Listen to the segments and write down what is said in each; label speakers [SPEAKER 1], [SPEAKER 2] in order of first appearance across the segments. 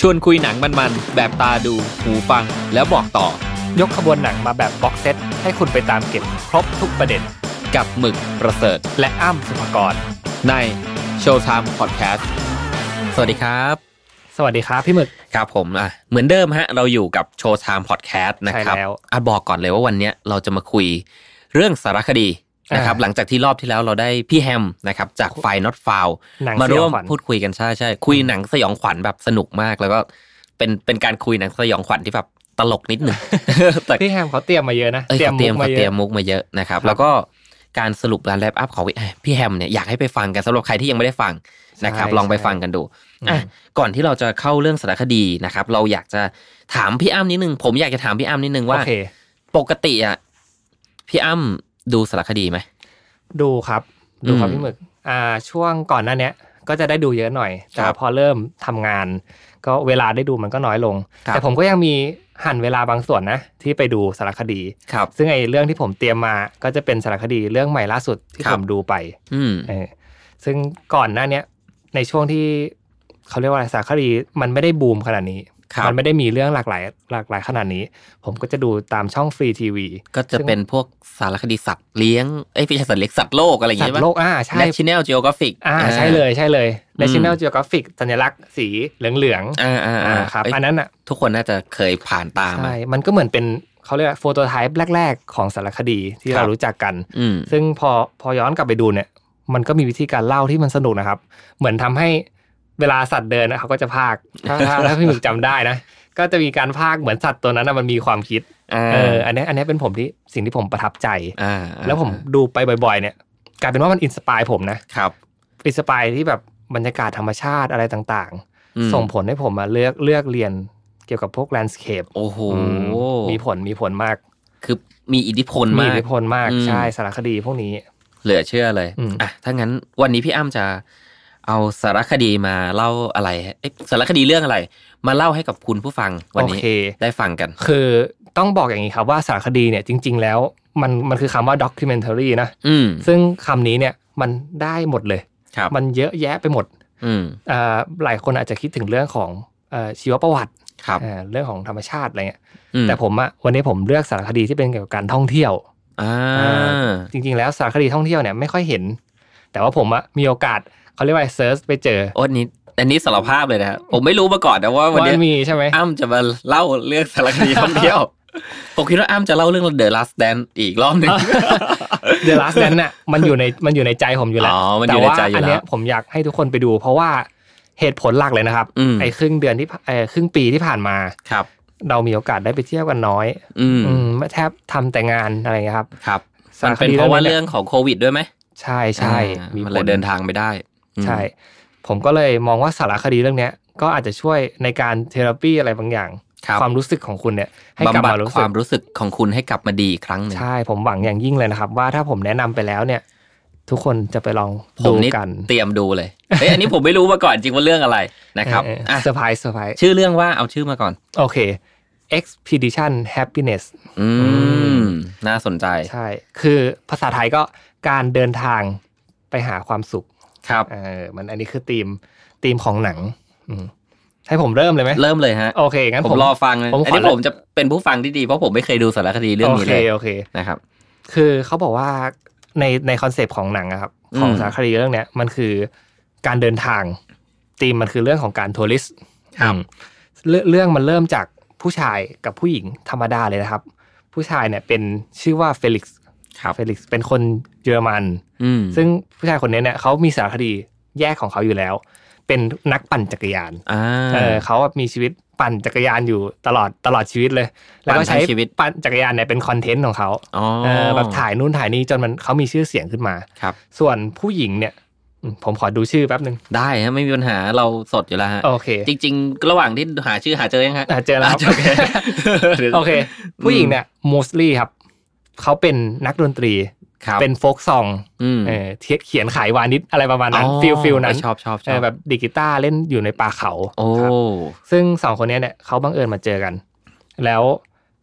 [SPEAKER 1] ชวนคุยหนังมันๆ แบบตาดู หูฟัง แล้วบอกต่อ
[SPEAKER 2] ยกขบวนหนังมาแบบบ็อกเซตให้คุณไปตามเก็บครบทุกประเด็น
[SPEAKER 1] กับหมึกประเสริฐ
[SPEAKER 2] และอ้ำสุภกร
[SPEAKER 1] ในโชว์ไทม์พอดแคสต์สวัสดีครับ
[SPEAKER 2] สวัสดีครับพี่หมึก
[SPEAKER 1] ครับผมอ่ะเหมือนเดิมฮะ เราอยู่กับโชว์ไทม์พอดแคสต์นะครับ
[SPEAKER 2] ใช่แล้ว
[SPEAKER 1] อ่ะบอกก่อนเลยว่าวันเนี้ยเราจะมาคุยเรื่องสารคดีนะครับ
[SPEAKER 2] อ่า
[SPEAKER 1] หลังจากที่รอบที่แล้วเราได้พี่แฮมนะครับ จากไฟนอตฟาว
[SPEAKER 2] หนัง
[SPEAKER 1] มา
[SPEAKER 2] เสีย
[SPEAKER 1] ร่ว
[SPEAKER 2] ว
[SPEAKER 1] ม
[SPEAKER 2] ขวัญ
[SPEAKER 1] พูดคุยกันใช่ใช่คุยหนังสยองขวัญแบบสนุกมากแล้วก็เป็นเป็นการคุยหนังสยองขวัญที่แบบตลกนิดห นึ่ง แต่
[SPEAKER 2] พี่แฮมเขาเตรียมมาเยอะนะ
[SPEAKER 1] เอ้ยเขาเตรียม
[SPEAKER 2] ก
[SPEAKER 1] เขา
[SPEAKER 2] เย
[SPEAKER 1] เตรีย
[SPEAKER 2] อะ
[SPEAKER 1] มมุกมาเยอะนะครับ
[SPEAKER 2] ครับ
[SPEAKER 1] แล้วก็การสรุปการแรปอัพของพี่แฮมเนี่ยอยากให้ไปฟังกันสำหรับใครที่ยังไม่ได้ฟังนะครับ
[SPEAKER 2] ใช่
[SPEAKER 1] ลองไป
[SPEAKER 2] ใช่
[SPEAKER 1] ฟังกันดูอ่ะก่อนที่เราจะเข้าเรื่องสารคดีนะครับ เราอยากจะถามพี่อ้ำนิดนึงผมอยากจะถามพี่อ้ำนิดนึง
[SPEAKER 2] โอ
[SPEAKER 1] ว่า
[SPEAKER 2] เค
[SPEAKER 1] ปกติอ่ะพี่อ้ำดูสารคดีไหม
[SPEAKER 2] ดูครับ ดูครับ
[SPEAKER 1] อืม
[SPEAKER 2] พี่หมึก อ่า ช่วงก่อนหน้าเนี้ย ก็จะได้ดูเยอะหน่อย แต่
[SPEAKER 1] ครับ
[SPEAKER 2] พอเริ่มทำงาน ก็เวลาได้ดูมันก็น้อยลง
[SPEAKER 1] ครับ
[SPEAKER 2] แต่ผมก็ยังมีหั่นเวลาบางส่วนนะ ที่ไปดูสารคดี
[SPEAKER 1] ครับ
[SPEAKER 2] ซึ่งไอ้เรื่องที่ผมเตรียมมาก็จะเป็นสารคดีเรื่องใหม่ล่าสุดที่
[SPEAKER 1] ครั
[SPEAKER 2] ผ
[SPEAKER 1] บ
[SPEAKER 2] มดูไป
[SPEAKER 1] อืม
[SPEAKER 2] เออซึ่งก่อนหน้าเนี้ยในช่วงที่เขาเรียกว่าอะไรสารคดีมันไม่ได้บูมขนาดนี้
[SPEAKER 1] ครับ
[SPEAKER 2] มัไม่ได้มีเรื่องหลากหลาย หลากหลายขนาดนี้ ผมก็จะดูตามช่องฟรีทีวี
[SPEAKER 1] ก็จะเป็นพวกสารคดีสัตว์เลี้ยงเอ้ยไม่ใช่สัตว์เลี้ยงสัตว์โลกอะไรอย่าง
[SPEAKER 2] สัต
[SPEAKER 1] เงี้ย
[SPEAKER 2] ว์โลกอ่าใช่
[SPEAKER 1] และชิแนลจีโอกราฟิก
[SPEAKER 2] อ่าใช่เลยใช่เลยใน
[SPEAKER 1] อืม
[SPEAKER 2] ช n แนล Geographic สัญลักษณ์สีเหลืองๆ
[SPEAKER 1] อ่าอ่าอ่า
[SPEAKER 2] อ่าครับ
[SPEAKER 1] เอ้ย
[SPEAKER 2] อันนั้นอ่ะ
[SPEAKER 1] ทุกคนน่าจะเคยผ่านตาม
[SPEAKER 2] ใช่
[SPEAKER 1] อ่ะ
[SPEAKER 2] มันก็เหมือนเป็นเขาเรียกโฟโตไทป์แรก ๆ ของสารคดีที่
[SPEAKER 1] ครับ
[SPEAKER 2] เรารู้จักกัน
[SPEAKER 1] อืม
[SPEAKER 2] ซึ่งพอพอย้อนกลับไปดูเนี่ย มันก็มีวิธีการเล่าที่มันสนุกนะครับ เหมือนทำให้เวลาสัตว์เดินนะเขาก็จะพากถ้าถ้าถ้าพี่หมึกจำได้นะ ก็จะมีการพากเหมือนสัตว์ตัวนั้นนะมันมีความคิด
[SPEAKER 1] อ่า
[SPEAKER 2] เอออันเนี้ยอันเนี้ยเป็นผมที่สิ่งที่ผมประทับใจ
[SPEAKER 1] อ่า
[SPEAKER 2] แล้วผมดูไปบ่อย ๆ เนี่ย กลายเป็นว่ามันอินสปายผมนะครับ อินสปายที่แบบบรรยากาศธรรมชาติอะไรต่าง
[SPEAKER 1] อืม
[SPEAKER 2] ๆ ส่งผลให้ผมมาเลือกเลือกเรียนเกี่ยวกับพวกแลนด์สเคป
[SPEAKER 1] โอ้โห
[SPEAKER 2] มีผลมีผลมาก
[SPEAKER 1] คือมีอิทธิพล
[SPEAKER 2] มี
[SPEAKER 1] มา
[SPEAKER 2] อิ
[SPEAKER 1] ก
[SPEAKER 2] ทธิพลมาก
[SPEAKER 1] อืม
[SPEAKER 2] ใช่สารคดีพวกนี้
[SPEAKER 1] เหลือเชื่อเลย
[SPEAKER 2] อืม
[SPEAKER 1] อ่ะถ้างั้นวันนี้พี่อ้ำจะเอาสารคดีมาเล่าอะไรเอ๊ะสารคดีเรื่องอะไร มาเล่าให้กับคุณผู้ฟังวัน
[SPEAKER 2] โอ
[SPEAKER 1] นี้
[SPEAKER 2] เค
[SPEAKER 1] ได้ฟังกัน
[SPEAKER 2] คือต้องบอกอย่างนี้ครับว่าสารคดีเนี่ยจริง ๆ แล้วมันมันคือคำว่า documentary นะ
[SPEAKER 1] อืม
[SPEAKER 2] ซึ่งคำนี้เนี่ยมันได้หมดเลย
[SPEAKER 1] ครับ
[SPEAKER 2] มันเยอะแยะไปหมด
[SPEAKER 1] อืม
[SPEAKER 2] อ่าหลายคนอาจจะคิดถึงเรื่องของเอ่อชีวประวัติ
[SPEAKER 1] ครับ
[SPEAKER 2] อ่าเรื่องของธรรมชาติอะไรเงี้ย
[SPEAKER 1] อืม
[SPEAKER 2] แต่ผมอะวันนี้ผมเลือกสารคดีที่เป็นเกี่ยวกับการท่องเที่ยว
[SPEAKER 1] อ่า
[SPEAKER 2] จริง ๆ แล้วสารคดีท่องเที่ยวเนี่ยไม่ค่อยเห็น แต่ว่าผมอะมีโอกาสเขาเรียกว่าเซิร์ชไปเจอ
[SPEAKER 1] โอ้นี่อันนี้สารภาพเลยนะผมไม่รู้มาก่อนนะว่าวัน
[SPEAKER 2] ว่า
[SPEAKER 1] เนี้ย
[SPEAKER 2] มีใช่ไหม
[SPEAKER 1] อ้ำจะมาเล่าเรื่องสารคดีท่องเที่ยว ผมคิดว่าอ้ำจะเล่าเรื่อง The Last Dance อีกรอบหนึ่ง
[SPEAKER 2] เดลัสนั้นน่ะมันอยู่ในมันอยู่ในใจผมอยู่แล้ว
[SPEAKER 1] อ๋อมันอ
[SPEAKER 2] แต่
[SPEAKER 1] ยู่ใน
[SPEAKER 2] ว่า
[SPEAKER 1] ใจอยู่
[SPEAKER 2] อัน
[SPEAKER 1] แล้
[SPEAKER 2] เนี้
[SPEAKER 1] ว
[SPEAKER 2] ยผมอยากให้ทุกคนไปดู เพราะว่าเหตุผลหลักเลยนะครับ
[SPEAKER 1] อืม
[SPEAKER 2] ไอ้ครึ่งเดือนที่ผ่านเอ่อครึ่งปีที่ผ่านมา
[SPEAKER 1] ครับ
[SPEAKER 2] เรามีโอกาสได้ไปเที่ยวกันน้อย
[SPEAKER 1] อืม
[SPEAKER 2] อืมไม่แทบทำแต่งานอะไรอย่างเงี้ยครับ
[SPEAKER 1] ครับ
[SPEAKER 2] ส
[SPEAKER 1] มัน
[SPEAKER 2] ค
[SPEAKER 1] เป็น
[SPEAKER 2] ดี
[SPEAKER 1] เพราะว่า
[SPEAKER 2] นี้ย
[SPEAKER 1] เรื่องของโควิดด้วยไหม
[SPEAKER 2] ใช่ใช่
[SPEAKER 1] อ่า
[SPEAKER 2] มี
[SPEAKER 1] มัน
[SPEAKER 2] ผ
[SPEAKER 1] เลย
[SPEAKER 2] ล
[SPEAKER 1] เดินทางไม่ได้อืม
[SPEAKER 2] ใช่ ผมก็เลยมองว่าสารคดีเรื่องเนี้ยก็อาจจะช่วยในการเทอราปีอะไรบางอย่าง
[SPEAKER 1] ครับ
[SPEAKER 2] ความรู้สึกของคุณเนี่ย ให้กลับ
[SPEAKER 1] ำ
[SPEAKER 2] บ
[SPEAKER 1] บัด
[SPEAKER 2] มารู้
[SPEAKER 1] ค
[SPEAKER 2] สึ
[SPEAKER 1] วาก มรู้สึกของคุณให้กลับมาดีอีกครั้งหนึ่ง
[SPEAKER 2] ใช่ผมหวังอย่างยิ่งเลยนะครับ ว่าถ้าผมแนะนำไปแล้วเนี่ย ทุกคนจะไปลอง
[SPEAKER 1] ผม
[SPEAKER 2] ดู
[SPEAKER 1] นี่
[SPEAKER 2] กัน
[SPEAKER 1] เตรียมดูเลยเอ้ยอันนี้ผมไม่รู้มาก่อนจริงว่าเรื่องอะไรนะครับ
[SPEAKER 2] เออ
[SPEAKER 1] อ่ะ
[SPEAKER 2] เซอร์ไพรส์เซอร์ไพรส์
[SPEAKER 1] ชื่อเรื่องว่าเอาชื่อมาก่อน
[SPEAKER 2] โอเค expedition happiness
[SPEAKER 1] อืม น่าสนใจ
[SPEAKER 2] ใช่ คือภาษาไทยก็การเดินทางไปหาความสุข
[SPEAKER 1] ครับ
[SPEAKER 2] เออ มันอันนี้คือธีมธีมของหนังอืมให้ผมเริ่มเลยไหม
[SPEAKER 1] เริ่มเลยฮะ
[SPEAKER 2] โอเค งั้น
[SPEAKER 1] ผ
[SPEAKER 2] ผม ม
[SPEAKER 1] รอฟังเลย
[SPEAKER 2] ผมขอ
[SPEAKER 1] อันนี้
[SPEAKER 2] ละ
[SPEAKER 1] ผมจะเป็นผู้ฟังที่ดีเพราะผมไม่เคยดูสารคดีเรื่อง
[SPEAKER 2] โอ
[SPEAKER 1] นี้
[SPEAKER 2] เค
[SPEAKER 1] เลย
[SPEAKER 2] โอเค
[SPEAKER 1] นะครับ
[SPEAKER 2] คือเขาบอกว่าในในคอนเซปต์ของหนังอะครับ ของ
[SPEAKER 1] อืม
[SPEAKER 2] สารคดีเรื่องเนี้ยมันคือการเดินทางธีมมันคือเรื่องของการทัวริสต์อืมเรื่องเรื่องมันเริ่มจากผู้ชายกับผู้หญิงธรรมดาเลยนะครับ ผู้ชายเนี่ยเป็นชื่อว่าเฟลิกซ์
[SPEAKER 1] ครับ
[SPEAKER 2] เฟลิกซ์เป็นคนเยอรมัน
[SPEAKER 1] อืม
[SPEAKER 2] ซึ่งผู้ชายคนนี้เนี่ยเขามีสารคดีแยกของเขาอยู่แล้ว เป็นนักปั่นจักรยาน
[SPEAKER 1] อ่า
[SPEAKER 2] เออเขาอะมีชีวิตปั่นจักรยานอยู่ตลอดตลอดชีวิตเลย แล้ว
[SPEAKER 1] ปั่
[SPEAKER 2] ก็
[SPEAKER 1] นทั้ง
[SPEAKER 2] ใช้
[SPEAKER 1] ชีวิต
[SPEAKER 2] ปั่นจักรยานเนี่ยเป็นคอนเทนต์ของเขา
[SPEAKER 1] อ๋อ
[SPEAKER 2] เออแบบถ่ายนู่นถ่ายนี่จนมันเขามีชื่อเสียงขึ้นมา
[SPEAKER 1] ครับ
[SPEAKER 2] ส่วนผู้หญิงเนี่ยอืมผมขอดูชื่อแป๊บหนึ่ง
[SPEAKER 1] ได้ฮะไม่มีปัญหาเราสดอยู่แล้วฮะ
[SPEAKER 2] โอเค
[SPEAKER 1] จริง ๆ ระหว่างที่หาชื่อหาเจอยังฮะ
[SPEAKER 2] อ่ะเจอแล้วค
[SPEAKER 1] อ่ะ
[SPEAKER 2] รับ
[SPEAKER 1] เจอเดี๋ยว
[SPEAKER 2] โอเค ผู้หญิงเนี่ยมสลี่ครับเขาเป็นนักดนตรี
[SPEAKER 1] ครับ
[SPEAKER 2] เป็นโฟกซอง
[SPEAKER 1] อืม
[SPEAKER 2] เออเทียบเขียนขายวานิชอะไรประมาณนั้นฟิลฟิลนั้น
[SPEAKER 1] ชอบชอบช
[SPEAKER 2] เอ
[SPEAKER 1] อ
[SPEAKER 2] อบ แบบดิกีตาร์เล่นอยู่ในป่าเขา
[SPEAKER 1] โอ้
[SPEAKER 2] ครับซึ่งสองคนเนี้ยเนี่ยเขาบังเอิญมาเจอกัน แล้ว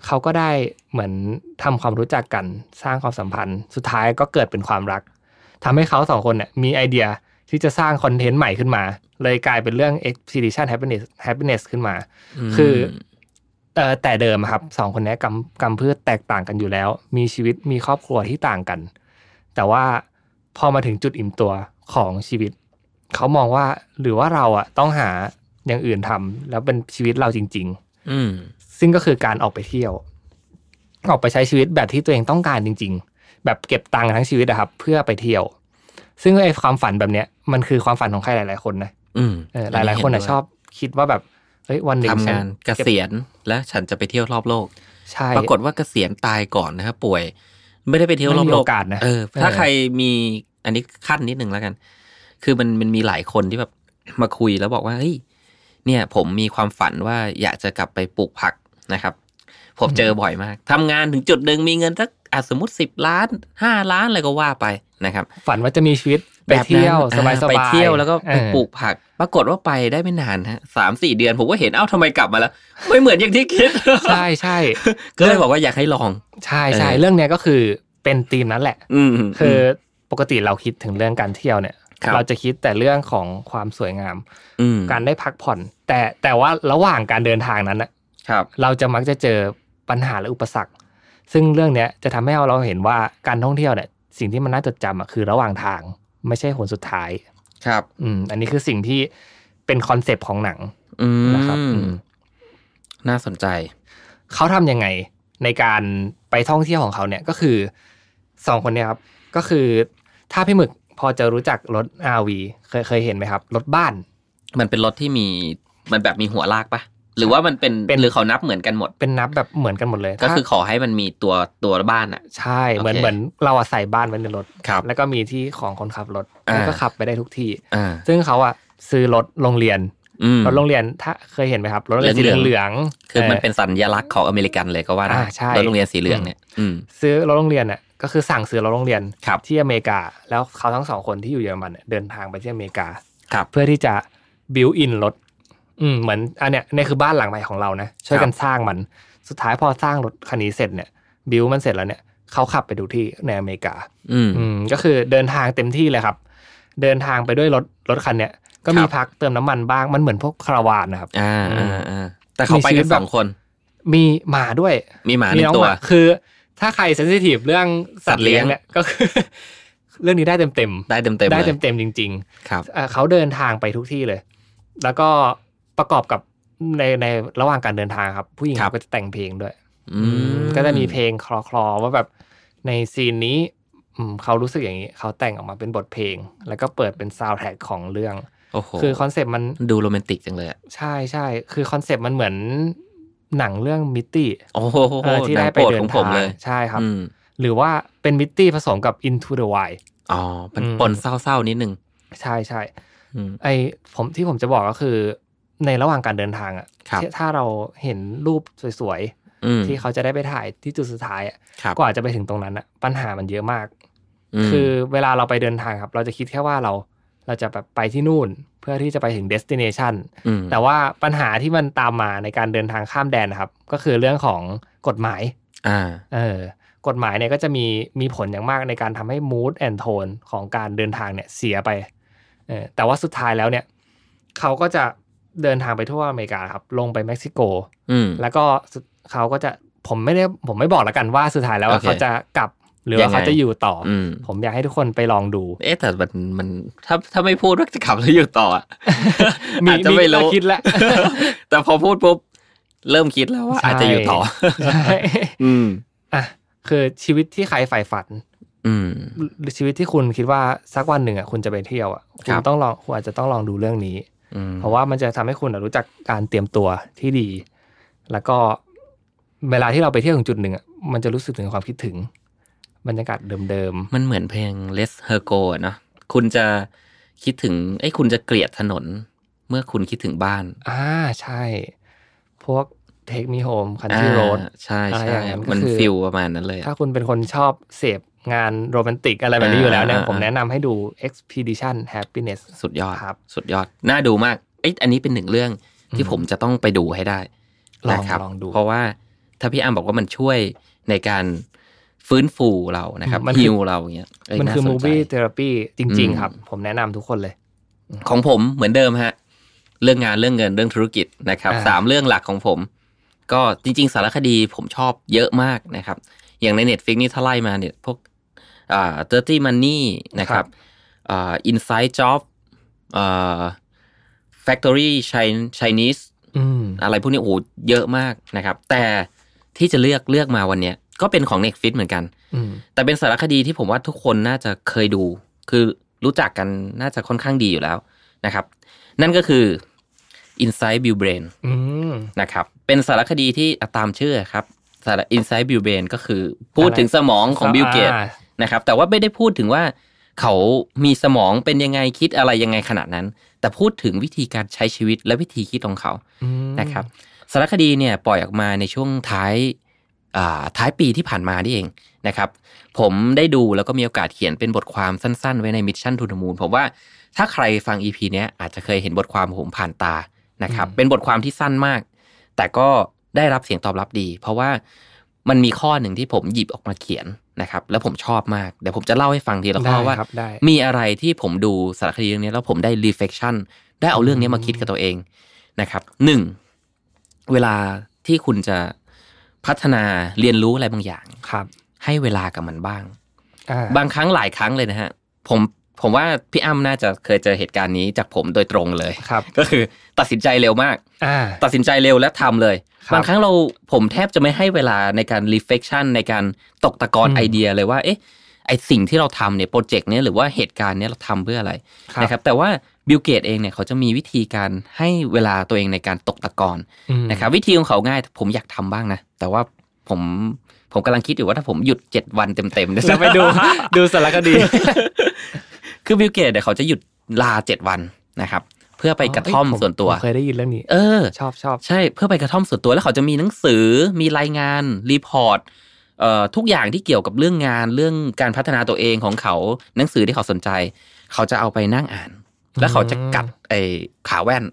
[SPEAKER 2] เขาก็ได้เหมือนทำความรู้จักกันสร้างความสัมพันธ์ สุดท้ายก็เกิดเป็นความรักทำให้เขาสองคนเนี่ยมีไอเดีย ที่จะสร้างคอนเทนต์ใหม่ขึ้นมา เลยกลายเป็นเรื่อง expedition happiness happiness ขึ้นมา
[SPEAKER 1] ม
[SPEAKER 2] คือเอ่อแต่เดิมอะครับสองคนเนี้ยกำกำพืชแตกต่างกันอยู่แล้ว มีชีวิตมีครอบครัวที่ต่างกัน แต่ว่าพอมาถึงจุดอิ่มตัวของชีวิต เขามองว่าหรือว่าเราอ่ะต้องหาอย่างอื่นทำแล้วเป็นชีวิตเราจริง
[SPEAKER 1] อืม
[SPEAKER 2] ๆ ซึ่งก็คือการออกไปเที่ยว ออกไปใช้ชีวิตแบบที่ตัวเองต้องการจริง ๆ แบบเก็บตังค์ทั้งชีวิตอะครับ เพื่อไปเที่ยว ซึ่งไอ้ความฝันแบบเนี้ยมันคือความฝันของใครหลาย ๆ คนนะ
[SPEAKER 1] อืม
[SPEAKER 2] เออหลาย ๆ คนอะชอบคิดว่าแบบเฮ้ยวันหนึ่ง
[SPEAKER 1] ทำ
[SPEAKER 2] ฉัน
[SPEAKER 1] งานเกษียณและฉันจะไปเที่ยวรอบโลก
[SPEAKER 2] ใช่
[SPEAKER 1] ปรากฏว่าเกษียณตายก่อนนะครับป่วย ไม่ได้ไปเที่ยวรอบ
[SPEAKER 2] ไม่มี
[SPEAKER 1] โลก
[SPEAKER 2] โอกาสนะ
[SPEAKER 1] เออ ถ้า
[SPEAKER 2] เออ
[SPEAKER 1] ใครมีอันนี้ขั้นนิดนึงแล้วกัน คือมันมันมีหลายคนที่แบบ มาคุยแล้วบอกว่าเฮ้ยเนี่ย ผมมีความฝันว่าอยากจะกลับไปปลูกผักนะครับ ผมเจอบ่อยมากทำงานถึงจุดหนึ่งมีเงินสักอ่ะสมมติสิบล้านห้าล้านอะไรก็ว่าไปนะครับ
[SPEAKER 2] ฝันว่าจะมีชีวิตไปเที่ยว
[SPEAKER 1] แบบ
[SPEAKER 2] ส
[SPEAKER 1] นั้น
[SPEAKER 2] บายๆ
[SPEAKER 1] อ่ไปเที่ยวแล้วก็ไป
[SPEAKER 2] เออ
[SPEAKER 1] ปลูกผัก ปรากฏว่าไปได้ไม่นานฮะสามสี่เดือนผมก็เห็นเอ้าทำไมกลับมาแล้ว ไม่เหมือนอย่างที่คิด
[SPEAKER 2] ใช่ใช่
[SPEAKER 1] ก็เลยบอกว่าอยากให้ลอง
[SPEAKER 2] ใช่ใช่
[SPEAKER 1] เออ
[SPEAKER 2] เรื่องเนี้ยก็คือเป็นธีมนั้นแหละ
[SPEAKER 1] อืม
[SPEAKER 2] คือปกติเราคิดถึงเรื่องการเที่ยวเนี่ย
[SPEAKER 1] ครับ
[SPEAKER 2] เราจะคิดแต่เรื่องของความสวยงาม
[SPEAKER 1] ม
[SPEAKER 2] การได้พักผ่อน แต่แต่ว่าระหว่างการเดินทางนั้นน่ะ
[SPEAKER 1] ครับ
[SPEAKER 2] เราจะมักจะเจอปัญหาและอุปสรรค ซึ่งเรื่องเนี้ยจะทำให้เราเห็นว่าการท่องเที่ยวเนี่ยสิ่งที่มันน่าจดจำอ่ะคือระหว่างทางไม่ใช่ผลสุดท้าย
[SPEAKER 1] ครับ
[SPEAKER 2] อืมอันนี้คือสิ่งที่เป็นคอนเซปต์ของหนัง
[SPEAKER 1] อืม
[SPEAKER 2] นะครับอืม
[SPEAKER 1] น่าสนใจ
[SPEAKER 2] เขาทำยังไงในการไปท่องเที่ยวของเขาเนี่ยก็คือสองคนเนี่ยครับก็คือถ้าพี่หมึกพอจะรู้จักรถ RV เคยเคยเห็นไหมครับ รถบ้าน
[SPEAKER 1] มันเป็นรถที่มีมันแบบมีหัวลากปะหรือว่ามันเป็น
[SPEAKER 2] เป็น
[SPEAKER 1] หรือเขานับเหมือนกันหมด
[SPEAKER 2] เป็นนับแบบเหมือนกันหมดเลย
[SPEAKER 1] ก็คือ
[SPEAKER 2] ถ้า
[SPEAKER 1] ขอให้มันมีตัวตัวบ้านอ่ะ
[SPEAKER 2] ใช่เหมือน
[SPEAKER 1] โอเค
[SPEAKER 2] เหมือนเราอะใส่บ้านไว้ในรถ
[SPEAKER 1] ครับ
[SPEAKER 2] แล้วก็มีที่ของคนขับรถ
[SPEAKER 1] อ่า
[SPEAKER 2] แล้วก็ขับไปได้ทุกที่
[SPEAKER 1] อ่า
[SPEAKER 2] ซึ่งเขาอะซื้อรถโรงเรียน
[SPEAKER 1] อืม
[SPEAKER 2] รถโรงเรียนถ้าเคยเห็นไหมครับรถโรงเรียนสี
[SPEAKER 1] เห
[SPEAKER 2] เห
[SPEAKER 1] ลื
[SPEAKER 2] ลื
[SPEAKER 1] อ
[SPEAKER 2] อง ง
[SPEAKER 1] คือมันเป็นสัญลักษณ์ของอเมริกันเลยก็ว่าได้
[SPEAKER 2] อ่าใช่
[SPEAKER 1] รถโรงเรียนสีเหลืองเนี่ย อืม
[SPEAKER 2] ซื้อรถโรงเรียนน่ะก็คือสั่งซื้อรถโรงเรียน
[SPEAKER 1] ครับ
[SPEAKER 2] ที่อเมริกา แล้วเขาทั้งสองคนที่อยู่เยอรมันเนี่ยเดินทางไปที่อเมริกา
[SPEAKER 1] ครับ
[SPEAKER 2] เพื่อที่จะบิวอินรถ อืมเหมือนอันเนี้ยเนี่ยคือบ้านหลังใหม่ของเรานะ ช่วยกันสร้างมัน สุดท้ายพอสร้างรถคันนี้เสร็จเนี่ย บิวมันเสร็จแล้วเนี่ยเขาขับไปดูที่ในอเมริกา
[SPEAKER 1] อืม
[SPEAKER 2] อืมก็คือเดินทางเต็มที่เลยครับ เดินทางไปด้วยรถรถคันเนี้ยก็มี
[SPEAKER 1] ครับ
[SPEAKER 2] พักเติมน้ำมันบ้างมันเหมือนพวกคาราวานนะครับ
[SPEAKER 1] อ่า
[SPEAKER 2] อื
[SPEAKER 1] อ่าม อ่าแต่เขาไป
[SPEAKER 2] มีชีวิ
[SPEAKER 1] กัน
[SPEAKER 2] ตแบ
[SPEAKER 1] ส
[SPEAKER 2] บ
[SPEAKER 1] องคน
[SPEAKER 2] มีหมาด้วย
[SPEAKER 1] มีหมาห
[SPEAKER 2] มี
[SPEAKER 1] นึ่ง
[SPEAKER 2] น้อง
[SPEAKER 1] ตั
[SPEAKER 2] ห
[SPEAKER 1] ว
[SPEAKER 2] มาคือ ถ้าใครเซนซิทีฟเรื่องสัตว์เลี้ยงเนี่ยก็คือ เรื่องนี้ได้เต็มเต็มๆ
[SPEAKER 1] ได้เต็มเต็ม
[SPEAKER 2] ได้
[SPEAKER 1] เลย
[SPEAKER 2] เต็มเต็มๆจริง ๆ
[SPEAKER 1] ครับ
[SPEAKER 2] เอ่อเขาเดินทางไปทุกที่เลย แล้วก็ประกอบกับในในระหว่างการเดินทางครับ ผู้หญิง
[SPEAKER 1] ครับ
[SPEAKER 2] ก็จะแต่งเพลงด้วย
[SPEAKER 1] อืม
[SPEAKER 2] ก็จะมีเพลงคลอคลอๆว่าแบบในซีนนี้อืมเขารู้สึกอย่างนี้ เขาแต่งออกมาเป็นบทเพลง แล้วก็เปิดเป็นซาวด์แทร็กของเรื่อง
[SPEAKER 1] โอ้โห
[SPEAKER 2] คือคอนเซปต์มัน
[SPEAKER 1] ดูโรแมนติกจังเลยอะ
[SPEAKER 2] ใช่ใช่คือคอนเซปต์มันเหมือนหนังเรื่องมิตตี้
[SPEAKER 1] โอ้โห
[SPEAKER 2] เอ่อที่
[SPEAKER 1] หนั
[SPEAKER 2] ได้
[SPEAKER 1] ง
[SPEAKER 2] ไป
[SPEAKER 1] โปรด
[SPEAKER 2] เดิ
[SPEAKER 1] ข
[SPEAKER 2] น
[SPEAKER 1] องผม
[SPEAKER 2] ทาง
[SPEAKER 1] เลย
[SPEAKER 2] ใช่ครับ
[SPEAKER 1] อืม
[SPEAKER 2] หรือว่าเป็นมิตตี้ผสมกับ Into the Wild
[SPEAKER 1] อ๋อมัน
[SPEAKER 2] อืม
[SPEAKER 1] ปนเศร้าๆนิดนึง
[SPEAKER 2] ใช่ใช่
[SPEAKER 1] อืม
[SPEAKER 2] ไอผมที่ผมจะบอกก็คือ ในระหว่างการเดินทางอะ
[SPEAKER 1] ครับ
[SPEAKER 2] ที่ะถ้าเราเห็นรูปสวย
[SPEAKER 1] อืม
[SPEAKER 2] ๆ ที่เขาจะได้ไปถ่ายที่จุดสุดท้ายอะ
[SPEAKER 1] ครับ
[SPEAKER 2] กว่าจะไปถึงตรงนั้นอะปัญหามันเยอะมาก
[SPEAKER 1] ม
[SPEAKER 2] คือเวลาเราไปเดินทางครับ เราจะคิดแค่ว่าเราเราจะแบบไปที่นู่น เพื่อที่จะไปถึงเดสติเนชัน
[SPEAKER 1] ม
[SPEAKER 2] แต่ว่าปัญหาที่มันตามมาในการเดินทางข้ามแดนนะครับ ก็คือเรื่องของกฎหมาย
[SPEAKER 1] อ่า
[SPEAKER 2] เออกฎหมายเนี่ยก็จะมีมีผลอย่างมากในการทำให้ mood and tone ของการเดินทางเนี่ยเสียไปเออแต่ว่าสุดท้ายแล้วเนี่ยเขาก็จะเดินทางไปทั่วอเมริกาครับ ลงไปเม็กซิโก
[SPEAKER 1] อืม
[SPEAKER 2] แล้วก็สุดเขาก็จะผมไม่ได้ผมไม่บอกละกันว่าสุดท้ายแล้วว่า
[SPEAKER 1] โอเค
[SPEAKER 2] เขาจะกลับหรือว่าเขา
[SPEAKER 1] ยังไง
[SPEAKER 2] จะอยู่ต่ออ
[SPEAKER 1] อืม
[SPEAKER 2] ผมอยากให้ทุกคนไปลองดู
[SPEAKER 1] เอ๊ะแต่มันมันถ้าถ้าไม่พูดว่าจะขับแล้วอยู่ต่ออะอาจจะไม่รู้
[SPEAKER 2] ก็คิดแล้ว
[SPEAKER 1] แต่พอพูดปุ๊บเริ่มคิดแล้วว่า
[SPEAKER 2] ใช่
[SPEAKER 1] อาจจะอยู่ต่อ
[SPEAKER 2] ใช่
[SPEAKER 1] อืม
[SPEAKER 2] อ่ะคือชีวิตที่ใครใฝ่ฝัน
[SPEAKER 1] อืม
[SPEAKER 2] หรือชีวิตที่คุณคิดว่าสักวันหนึ่งอ่ะคุณจะไปเที่ยวอ่ะคุ
[SPEAKER 1] ครั
[SPEAKER 2] ณ
[SPEAKER 1] บ
[SPEAKER 2] ต้องลองคุณอาจจะต้องลองดูเรื่องนี้
[SPEAKER 1] อืม
[SPEAKER 2] เพราะว่ามันจะทำให้คุณอะรู้จักการเตรียมตัวที่ดี แล้วก็เวลาที่เราไปเที่ยวถึงจุดหนึ่งอะมันจะรู้สึกถึงความคิดถึง บรรยากาศเดิม
[SPEAKER 1] มันเหมือนเพลง Les Hergo อะเนาะคุณจะคิดถึงไอ้ยคุณจะเกลียดถนน เมื่อคุณคิดถึงบ้าน
[SPEAKER 2] ๆ อ่าใช่ พวก Take Me Home Country
[SPEAKER 1] อ่า
[SPEAKER 2] Road
[SPEAKER 1] ใช่
[SPEAKER 2] อะไรอ
[SPEAKER 1] ใช่
[SPEAKER 2] ย่างนั้นก็
[SPEAKER 1] มัน
[SPEAKER 2] คือ
[SPEAKER 1] ฟิลประมาณนั้นเลยอะ
[SPEAKER 2] ถ้าคุณเป็นคนชอบเสพงานโรแมนติกอะไรแบบนี้อยู่แล้วเนี่ย
[SPEAKER 1] อ่า
[SPEAKER 2] ผมแนะนำให้ดู Expedition Happiness
[SPEAKER 1] สุดยอด
[SPEAKER 2] ครับ
[SPEAKER 1] สุดยอด น่าดูมากเอ้ยอันนี้เป็นหนึ่งเรื่องที่
[SPEAKER 2] อืม
[SPEAKER 1] ผมจะต้องไปดูให้ได้
[SPEAKER 2] ลอง
[SPEAKER 1] นะครับ
[SPEAKER 2] ลองดู
[SPEAKER 1] เพราะว่าถ้าพี่อ้ำบอกว่ามันช่วยในการ ฟื้นฟูเรานะครับ
[SPEAKER 2] มันคือ
[SPEAKER 1] ฮิวเราอย่างเงี้ยเย
[SPEAKER 2] มันคือ
[SPEAKER 1] น่า
[SPEAKER 2] มู
[SPEAKER 1] สใจ
[SPEAKER 2] ฟี่เทอราปีจริง
[SPEAKER 1] อืม
[SPEAKER 2] ๆ ครับ ผมแนะนำทุกคนเลย
[SPEAKER 1] ของผมเหมือนเดิมฮะ เรื่องงานเรื่องเงินเรื่องธุรกิจนะครับ
[SPEAKER 2] อ่า
[SPEAKER 1] สามเรื่องหลักของผม ก็จริง ๆ สารคดีผมชอบเยอะมากนะครับ อย่างใน Netflix นี่ถ้าไล่มาเนี่ยพวกอ่า Dirty Money นะครับอ่า Inside Job อ่า Factory Chin- Chinese
[SPEAKER 2] อืม
[SPEAKER 1] อะไรพวกนี้โอ้โหเยอะมากนะครับ แต่ที่จะเลือกเลือกมาวันเนี้ยก็เป็นของ Netflix เหมือนกัน
[SPEAKER 2] อืม
[SPEAKER 1] แต่เป็นสารคดีที่ผมว่าทุกคนน่าจะเคยดู คือรู้จักกันน่าจะค่อนข้างดีอยู่แล้วนะครับ นั่นก็คือ Inside Bill Brain
[SPEAKER 2] อืม
[SPEAKER 1] นะครับ เป็นสารคดีที่อ่ะตามชื่อครับสาร Inside Bill Brain ก็คือพูด
[SPEAKER 2] อะไร
[SPEAKER 1] ถึงสมองของบิลเกต
[SPEAKER 2] อ่า
[SPEAKER 1] นะครับ แต่ว่าไม่ได้พูดถึงว่าเขามีสมองเป็นยังไงคิดอะไรยังไงขนาดนั้น แต่พูดถึงวิธีการใช้ชีวิตและวิธีคิดของเขา
[SPEAKER 2] อืม
[SPEAKER 1] นะครับสารคดีเนี่ยปล่อยออกมาในช่วงท้ายอ่าท้ายปีที่ผ่านมานี่เองนะครับผมได้ดูแล้วก็มีโอกาสเขียนเป็นบทความสั้นๆ ไว้ในมิชชั่นทู e m มู n ผมว่าถ้าใครฟัง EP เนี้ยอาจจะเคยเห็นบทความของผมผ่านตานะครับเป็นบทความที่สั้นมาก แต่ก็ได้รับเสียงตอบรับดี เพราะว่ามันมีข้อหนึ่งที่ผมหยิบออกมาเขียนนะครับแล้วผมชอบมากเดี๋ยวผมจะเล่าให้ฟังทีละข้
[SPEAKER 2] ได้
[SPEAKER 1] อว่า
[SPEAKER 2] ครับได้
[SPEAKER 1] มีอะไรที่ผมดูสารคดีเรื่องนี้แล้วผมได้ reflection ได้เอาเรื่องนี้มาคิดกับตัวเองนะครับหนึ่งเวลาที่คุณจะพัฒนาเรียนรู้อะไรบางอย่าง
[SPEAKER 2] ครับ
[SPEAKER 1] ให้เวลากับมันบ้าง
[SPEAKER 2] อ่า
[SPEAKER 1] บางครั้งหลายครั้งเลยนะฮะผมผมว่าพี่อ้ำน่าจะเคยเจอเหตุการณ์นี้จากผมโดยตรงเลย
[SPEAKER 2] ครับ
[SPEAKER 1] ก็คือตัดสินใจเร็วมาก
[SPEAKER 2] อ่า
[SPEAKER 1] ตัดสินใจเร็วและทำเลย
[SPEAKER 2] ครับ
[SPEAKER 1] บางครั้งเราผมแทบจะไม่ให้เวลาในการ reflection ในการตกตะกอน
[SPEAKER 2] อืม
[SPEAKER 1] ไอเดียเลยว่า เอ๊ะ ไอสิ่งที่เราทำเนี่ยโปรเจกต์เนี้ยหรือว่าเหตุการณ์เนี้ยเราทำเพื่ออะไรนะครับ แต่ว่าบิลเกตเองเนี่ยเขาจะมีวิธีการให้เวลาตัวเองในการตกตะกอน
[SPEAKER 2] อืม
[SPEAKER 1] นะครับ วิธีของเขาง่ายผมอยากทำบ้างนะ แต่ว่าผมผมกำลังคิดอยู่ว่าถ้าผมหยุด 7 วันเต็มๆเนี่ย
[SPEAKER 2] จะไปดู ดูสารคดี
[SPEAKER 1] คือบิลเกตเนี่ยเขาจะหยุดลา 7 วันนะครับ เพื่อไปกระท่อม
[SPEAKER 2] เยผ
[SPEAKER 1] ส่วนตัว
[SPEAKER 2] ผมเคยได้ยินเรื่องนี้
[SPEAKER 1] เออ
[SPEAKER 2] ชอบชอบ
[SPEAKER 1] ใช่เพื่อไปกระท่อมส่วนตัวแล้วเขาจะมีหนังสือมีรายงาน รีพอร์ตเอ่อทุกอย่างที่เกี่ยวกับเรื่องงานเรื่องการพัฒนาตัวเองของเขาหนังสือที่เขาสนใจ เขาจะเอาไปนั่งอ่าน แล้วเขาจะกัดไอ้ขาแว่น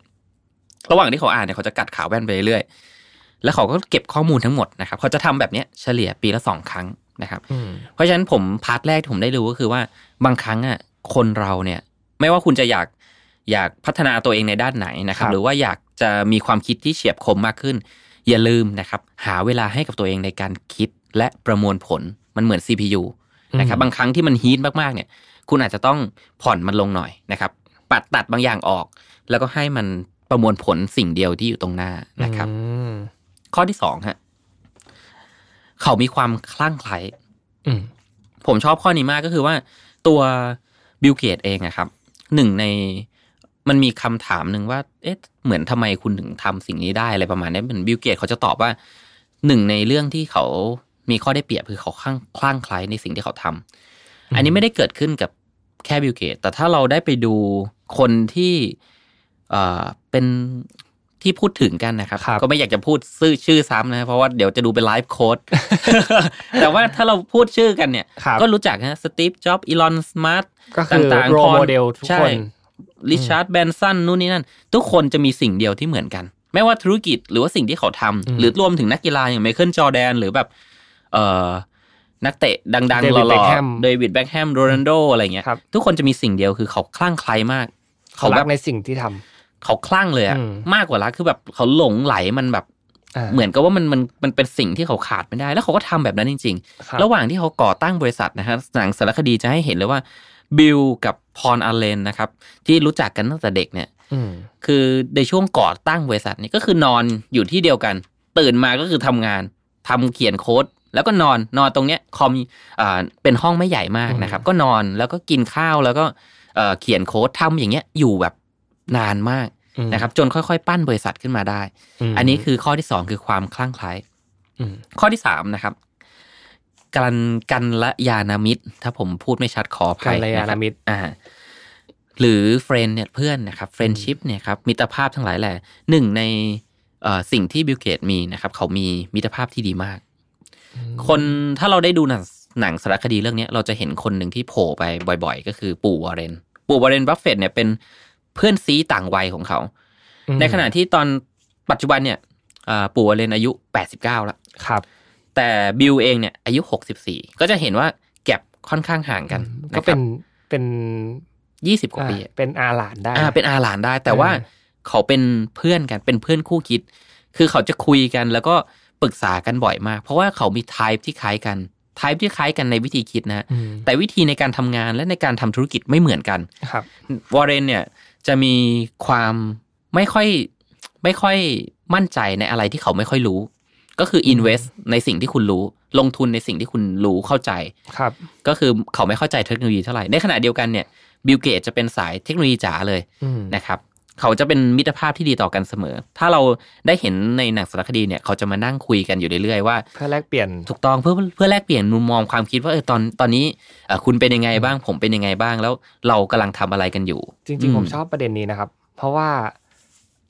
[SPEAKER 1] ระหว่างที่เขาอ่านเนี่ยเขาจะกัดขาแว่นไปเรื่อยแล้วเขาก็เก็บข้อมูลทั้งหมดนะครับเขาจะทำแบบเนี้ยเฉลี่ยปีละสองครั้งนะครับ
[SPEAKER 2] อืม
[SPEAKER 1] เพราะฉะนั้นผมพาร์ทแรกที่ผมได้รู้ก็คือว่าบางครั้งอ่ะคนเราเนี่ย ไม่ว่าคุณจะอยากอยากพัฒนาตัวเองในด้านไหนนะครับ หรือว่าอยากจะมีความคิดที่เฉียบคมมากขึ้น อย่าลืมนะครับ หาเวลาให้กับตัวเองในการคิดและประมวลผลมันเหมือน CPU นะครับบางครั้งที่มันฮีทมากๆเนี่ย คุณอาจจะต้องผ่อนมันลงหน่อยนะครับ ปัดตัดบางอย่างออก แล้วก็ให้มันประมวลผลสิ่งเดียวที่อยู่ตรงหน้านะครับ
[SPEAKER 2] อืม
[SPEAKER 1] ข้อที่สองฮะเขามีความคลั่งไคล้
[SPEAKER 2] อืม
[SPEAKER 1] ผมชอบข้อนี้มากก็คือว่าตัวบิลเกตเองอะครับหนึ่งในมันมีคำถามหนึ่งว่า เอ๊ะ เหมือนทำไมคุณถึงทำสิ่งนี้ได้อะไรประมาณเนี้ยเหมือนบิลเกตเขาจะตอบว่าหนึ่งในเรื่องที่เขามีข้อได้เปรียบคือเขาคลั่งคลั่งไคล้ในสิ่งที่เขาทำอันนี้ไม่ได้เกิดขึ้นกับแค่บิลเกตแต่ถ้าเราได้ไปดูคนที่เอ่อเป็นที่พูดถึงกันนะครับ ก็ไม่อยากจะพูดชื่อชื่อซ้ำนะครับเพราะว่าเดี๋ยวจะดูเป็นไลฟ์โค้ด แต่ว่าถ้าเราพูดชื่อกันเนี่ย
[SPEAKER 2] ครับ
[SPEAKER 1] ก็รู้จักนะสตีฟ จ็อบอีลอน สมาร์ท
[SPEAKER 2] ก็คือ
[SPEAKER 1] ต่างๆ
[SPEAKER 2] โร
[SPEAKER 1] พร
[SPEAKER 2] โมเดลทุก
[SPEAKER 1] ใช่
[SPEAKER 2] คน
[SPEAKER 1] ริชาร์ดแบนสันนู่นนี่นั่น ทุกคนจะมีสิ่งเดียวที่เหมือนกัน ไม่ว่าธุรกิจหรือว่าสิ่งที่เขาทำ
[SPEAKER 2] อืม
[SPEAKER 1] หรือรวมถึงนักกีฬาอย่างไมเคิลจอร์แดน หรือแบบเอ่อนักเตะดังๆห
[SPEAKER 2] David
[SPEAKER 1] ล่อ
[SPEAKER 2] Beckham
[SPEAKER 1] ๆเดวิดแบ็กแฮมโรนัลโดอะไรเงี้ย
[SPEAKER 2] ครับ
[SPEAKER 1] ทุกคนจะมีสิ่งเดียวคือเขาคลั่งไคล้มาก
[SPEAKER 2] เขา
[SPEAKER 1] เขา
[SPEAKER 2] รั
[SPEAKER 1] แบ
[SPEAKER 2] ก
[SPEAKER 1] บ
[SPEAKER 2] ในสิ่งที่ทำ
[SPEAKER 1] เขาคลั่งเลยอะ
[SPEAKER 2] อืม
[SPEAKER 1] มากกว่ารักคือแบบเขาหลงไหลมันแบบ
[SPEAKER 2] อ่า
[SPEAKER 1] เหมือนกับว่ามันมันมันเป็นสิ่งที่เขาขาดไม่ได้ แล้วเขาก็ทำแบบนั้นจริง ๆ
[SPEAKER 2] ครับ
[SPEAKER 1] ระหว่างที่เขาก่อตั้งบริษัทนะครับหนังสารคดีจะให้เห็นเลยว่าบิลกับพรอาเลนนะครับ ที่รู้จักกันตั้งแต่เด็กเนี่ย
[SPEAKER 2] อืม
[SPEAKER 1] คือในช่วงก่อตั้งบริษัทนี่ก็คือนอนอยู่ที่เดียวกัน ตื่นมาก็คือทำงานทำเขียนโค้ด แล้วก็นอนนอนตรงเนี้ยคอมอ่าเป็นห้องไม่ใหญ่มากนะครับ ก็นอนแล้วก็กินข้าวแล้วก็เอ่อเขียนโค้ดทำอย่างเงี้ยอยู่แบบนานมากนะครับ จนค่อยๆ ปั้นบริษัทขึ้นมาได้ อันนี้คือข้อที่สองคือความคลั่งไคล้ ข้อที่สามนะครับการกันละยานามิตร ถ้าผมพูดไม่ชัดขออภัย
[SPEAKER 2] กัลยาณมิตร
[SPEAKER 1] ะคบอ่า หรือเฟรนเนี่ยเพื่อนนะครับเฟรนชิพเนี่ยครับมิตรภาพทั้งหลายแหละหนึ่งในเอ่อสิ่งที่บิลเกตมีนะครับ เขามีมิตรภาพที่ดีมาก คนถ้าเราได้ดูหนังหนังสารคดีเรื่องเนี้ยเราจะเห็นคนหนึ่งที่โผล่ไปบ่อย ๆ ก็คือปู่วอร์เรน ปู่วอร์เรนบัฟเฟตเนี่ยเป็นเพื่อนซีต่างวัยของเขา ในขณะที่ตอนปัจจุบันเนี่ยเอ่อปู่วอร์เรนอายุ 89แล้ว
[SPEAKER 2] ครับ
[SPEAKER 1] แต่บิลเองเนี่ยอายุ 64 ก็จะเห็นว่าแก็บค่อนข้างห่างกัน
[SPEAKER 2] ก็เป็นเป็น
[SPEAKER 1] ยี่สิบ20 กว่าปี
[SPEAKER 2] อ่าเป็นอาหลานได้
[SPEAKER 1] อ่าเป็นอาหลานได้ แต่ว่า
[SPEAKER 2] เออ
[SPEAKER 1] เขาเป็นเพื่อนกันเป็นเพื่อนคู่คิด คือเขาจะคุยกันแล้วก็ปรึกษากันบ่อยมาก เพราะว่าเขามีไทป์ที่คล้ายกันไทป์ที่คล้ายกันในวิธีคิดนะฮะ
[SPEAKER 2] อืม
[SPEAKER 1] แต่วิธีในการทำงานและในการทำธุรกิจไม่เหมือนกัน
[SPEAKER 2] ครับ
[SPEAKER 1] วอร์เรนเนี่ยจะมีความไม่ค่อยไม่ค่อยมั่นใจในอะไรที่เขาไม่ค่อยรู้ ก็คือ invest ในสิ่งที่คุณรู้ ลงทุนในสิ่งที่คุณรู้เข้าใจ
[SPEAKER 2] ครับ
[SPEAKER 1] ก็คือเขาไม่เข้าใจเทคโนโลยีเท่าไหร่ ในขณะเดียวกันเนี่ยบิลเกตจะเป็นสายเทคโนโลยีจ๋าเลย
[SPEAKER 2] อืม
[SPEAKER 1] นะครับ เขาจะเป็นมิตรภาพที่ดีต่อกันเสมอ ถ้าเราได้เห็นในหนังสารคดีเนี่ยเขาจะมานั่งคุยกันอยู่เรื่อยๆว่า
[SPEAKER 2] เพื่อแลกเปลี่ยน
[SPEAKER 1] ถูกต้องเพื่อเพื่อแลกเปลี่ยนมุมมองความคิดว่าเออตอนตอนนี้เอ่อคุณเป็นยังไงบ้างผมเป็นยังไงบ้าง แล้วเรากำลังทำอะไรกันอยู่
[SPEAKER 2] จริง ๆ ผมชอบประเด็นนี้นะครับ เพราะว่า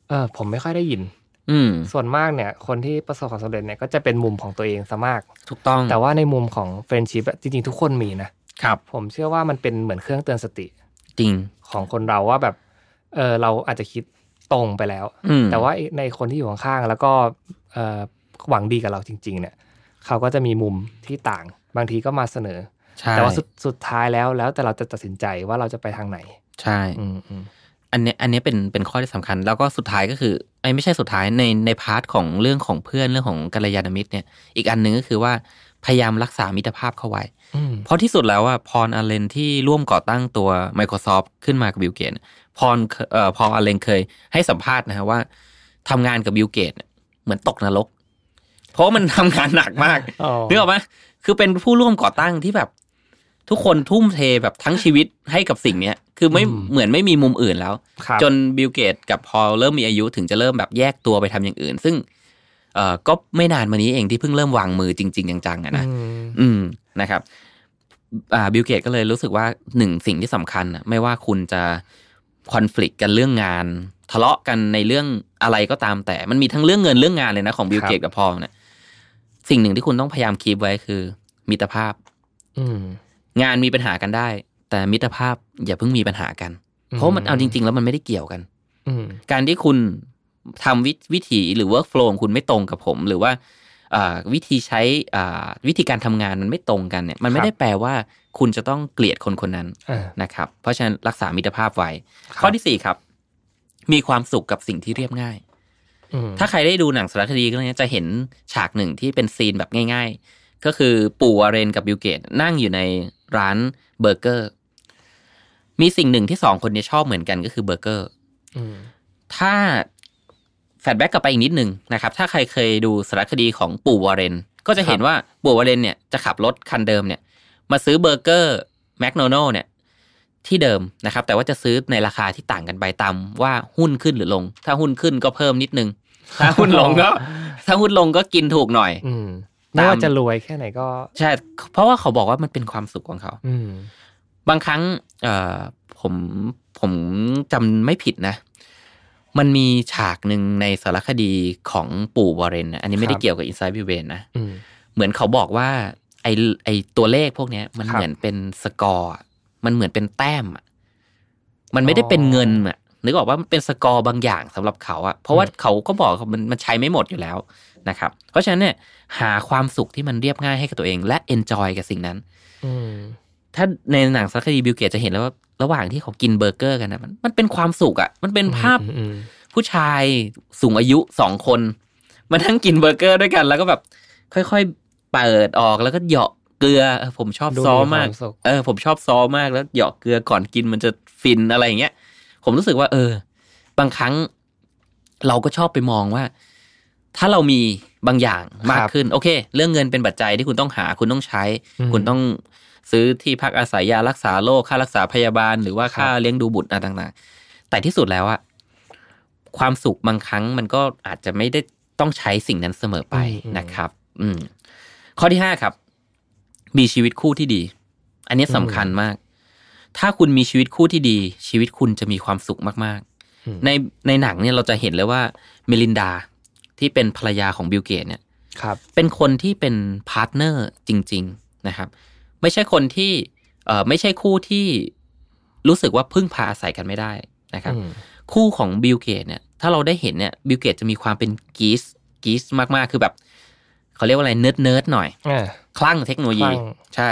[SPEAKER 2] เออผมไม่ค่อยได้ยิน
[SPEAKER 1] อืม
[SPEAKER 2] ส่วนมากเนี่ย คนที่ประสบความสำเร็จเนี่ยก็จะเป็นมุมของตัวเองซะมาก
[SPEAKER 1] ถูกต้อง
[SPEAKER 2] แต่ว่าในมุมของเฟรนชิพจริง ๆ ทุกคนมีนะ
[SPEAKER 1] ครับ
[SPEAKER 2] ผมเชื่อว่ามันเป็นเหมือนเครื่องเตือนสติ
[SPEAKER 1] จริง
[SPEAKER 2] ของคนเราว่าแบบ เออเราอาจจะคิดตรงไปแล้ว
[SPEAKER 1] อืม
[SPEAKER 2] แต่ว่าในคนที่อยู่ข้างๆแล้วก็เอ่อหวังดีกับเราจริง ๆ เนี่ย เขาก็จะมีมุมที่ต่าง บางทีก็มาเสนอ
[SPEAKER 1] ใช่
[SPEAKER 2] แต่ว่าสุดสุดท้ายแล้วแล้วแต่เราจะตัดสินใจว่าเราจะไปทางไหน
[SPEAKER 1] ใช่
[SPEAKER 2] อืมอืม
[SPEAKER 1] อันเนี้ยอันเนี้ยเป็นเป็นข้อที่สำคัญ แล้วก็สุดท้ายก็คือไอ้ยไม่ใช่สุดท้ายในในพาร์ทของเรื่องของเพื่อนเรื่องของกัลยาณมิตรเนี่ย อีกอันหนึ่งก็คือว่าพยายามรักษามิตรภาพเข้าไว้
[SPEAKER 2] อืม
[SPEAKER 1] เพราะที่สุดแล้วอ่ะพรอลเลนที่ร่วมก่อตั้งตัว Microsoft ขึ้นมากับบิลเกตพรเอ่อพรอลเลนเคยให้สัมภาษณ์นะฮะว่าทำงานกับบิลเกตเหมือนตกนรก เพราะมันทำงานหนักมาก
[SPEAKER 2] อ๋อ
[SPEAKER 1] นึกออกปะคือเป็นผู้ร่วมก่อตั้งที่แบบ ทุกคนทุ่มเทแบบทั้งชีวิตให้กับสิ่งเนี้ย คือไม่เหมือนไม่มีมุมอื่นแล้ว
[SPEAKER 2] ครับ
[SPEAKER 1] จนบิลเกตกับพอลเริ่มมีอายุถึงจะเริ่มแบบแยกตัวไปทำอย่างอื่น ซึ่ง เอ่อก็ไม่นานมานี้เองที่เพิ่งเริ่มวางมือจริง ๆ จังๆอะนะ
[SPEAKER 2] อืม
[SPEAKER 1] อืมนะครับอ่าบิลเกตก็เลยรู้สึกว่าหนึ่งสิ่งที่สำคัญนะไม่ว่าคุณจะคอน FLICT กันเรื่องงาน ทะเลาะกันในเรื่องอะไรก็ตามแต่ มันมีทั้งเรื่องเงินเรื่องงานเลยนะของบิลเกตกับพอลเนี่ยสิ่งหนึ่งที่คุณต้องพยายามคีบไว้คือ มิตรภาพ
[SPEAKER 2] อืม
[SPEAKER 1] งานมีปัญหากันได้ แต่มิตรภาพอย่าเพิ่งมีปัญหากัน เพราะมันเอาจริง ๆ แล้วมันไม่ได้เกี่ยวกัน
[SPEAKER 2] อืม
[SPEAKER 1] การที่คุณทำวิวิถีหรือ workflow ของคุณไม่ตรงกับผม หรือว่าอ่าวิธีใช้อ่าวิธีการทำงานมันไม่ตรงกันเนี่ย มันไม่ได้แปลว่าคุณจะต้องเกลียดคนคนนั้น
[SPEAKER 2] อ่า
[SPEAKER 1] นะครับ เพราะฉะนั้นรักษามิตรภาพไว้
[SPEAKER 2] ครับ
[SPEAKER 1] ข้อที่สี่ครับ มีความสุขกับสิ่งที่เรียบง่าย
[SPEAKER 2] อืม
[SPEAKER 1] ถ้าใครได้ดูหนังสารคดีก็เนี่ยจะเห็นฉากหนึ่งที่เป็นซีนแบบง่าย ๆ ก็คือปู่วาเรนกับบิลเกตนั่งอยู่ในร้านเบอร์เกอร์ มีสิ่งหนึ่งที่สองคนนี้ชอบเหมือนกันก็คือเบอร์เกอร์
[SPEAKER 2] อืม
[SPEAKER 1] ถ้าแฟลชแบ็กกลับไปอีกนิดหนึ่งนะครับ ถ้าใครเคยดูสารคดีของปู่วอร์เรน ก็จะเห็นว่าปู่วอร์เรนเนี่ยจะขับรถคันเดิมเนี่ย มาซื้อเบอร์เกอร์แมคโนโนเนี่ยที่เดิมนะครับ แต่ว่าจะซื้อในราคาที่ต่างกันไปตามว่าหุ้นขึ้นหรือลง ถ้าหุ้นขึ้นก็เพิ่มนิดนึง ถ้าหุ้นลงก็ ถ้าหุ้นลงก็กินถูกหน่อย
[SPEAKER 2] อืมไม่ว่าจะรวยแค่ไหนก็
[SPEAKER 1] ใช่เพราะว่าเขาบอกว่ามันเป็นความสุขของเขา
[SPEAKER 2] อืม
[SPEAKER 1] บางครั้งเอ่อผมผมจำไม่ผิดนะ มันมีฉากหนึ่งในสารคดีของปู่วอร์เรนนะอันนี้ไม่ได้เกี่ยวกับอินไซด์วิเวนนะ
[SPEAKER 2] อืม
[SPEAKER 1] เหมือนเขาบอกว่าไอไอตัวเลขพวกเนี้ย มัน
[SPEAKER 2] ครับ
[SPEAKER 1] เหมือนเป็นสกอร์อะมันเหมือนเป็นแต้มอะมันไม่ได้เป็นเงินอะนึกออกว่ามันเป็นสกอร์บางอย่างสำหรับเขาอะเพราะว่า
[SPEAKER 2] อืม
[SPEAKER 1] เขาก็บอกว่ามันมันใช้ไม่หมดอยู่แล้วนะครับ เพราะฉะนั้นเนี่ยหาความสุขที่มันเรียบง่ายให้กับตัวเองและเอนจอยกับสิ่งนั้น
[SPEAKER 2] อืม
[SPEAKER 1] ถ้าในหนังสารคดีบิลเกตจะเห็นแล้วว่าระหว่างที่เขากินเบอร์เกอร์กันนะมันมันเป็นความสุขอะ่ะ มันเป็นภาพ
[SPEAKER 2] อืมอืม
[SPEAKER 1] ผู้ชายสูงอายุสองคนมานั่งกินเบอร์เกอร์ด้วยกันแล้วก็แบบ ค่อยๆเปิดออกแล้วก็เหยาะเกลือเออผมชอบ
[SPEAKER 2] ดู
[SPEAKER 1] ซอส
[SPEAKER 2] มีความ
[SPEAKER 1] มาก
[SPEAKER 2] สุข
[SPEAKER 1] เออผมชอบซอสมากแล้วเหยาะเกลือก่อนกินมันจะฟินอะไรอย่างเงี้ยผมรู้สึกว่า เออ บางครั้ง เราก็ชอบไปมองว่า ถ้าเรามีบางอย่างมาก
[SPEAKER 2] ครับ
[SPEAKER 1] ขึ้น โอเค เรื่องเงินเป็นปัจจัยที่คุณต้องหา คุณต้องใช้
[SPEAKER 2] อืม
[SPEAKER 1] คุณต้องซื้อที่พักอาศัยยารักษาโรคค่ารักษาพยาบาล หรือว่า
[SPEAKER 2] ครับ
[SPEAKER 1] ค่าเลี้ยงดูบุตรอะไรต่างๆ แต่ที่สุดแล้วอะความสุขบางครั้งมันก็อาจจะไม่ได้ต้องใช้สิ่งนั้นเสมอไปนะครับ อืม ข้อที่ห้าครับ มีชีวิตคู่ที่ดี อันนี้สำคัญมาก ถ้าคุณมีชีวิตคู่ที่ดี ชีวิตคุณจะมีความสุขมาก
[SPEAKER 2] อืม
[SPEAKER 1] ๆ ในในหนังเนี่ยเราจะเห็นเลยว่าเมลินดาที่เป็นภรรยาของบิลเกตเนี่ย
[SPEAKER 2] ครับ
[SPEAKER 1] เป็นคนที่เป็นพาร์ทเนอร์จริง ๆนะครับ ไม่ใช่คนที่เอ่อไม่ใช่คู่ที่รู้สึกว่าพึ่งพาอาศัยกันไม่ได้นะครับ
[SPEAKER 2] อืม
[SPEAKER 1] คู่ของบิลเกตเนี่ย ถ้าเราได้เห็นเนี่ยบิลเกตจะมีความเป็นกีสกีสมากๆ คือแบบ เขาเรียกว่าอะไรเนิร์ดเนิร์ดหน่อย
[SPEAKER 2] อ่า
[SPEAKER 1] คลั่งเทคโนโลยี
[SPEAKER 2] คลั่ง
[SPEAKER 1] ใช่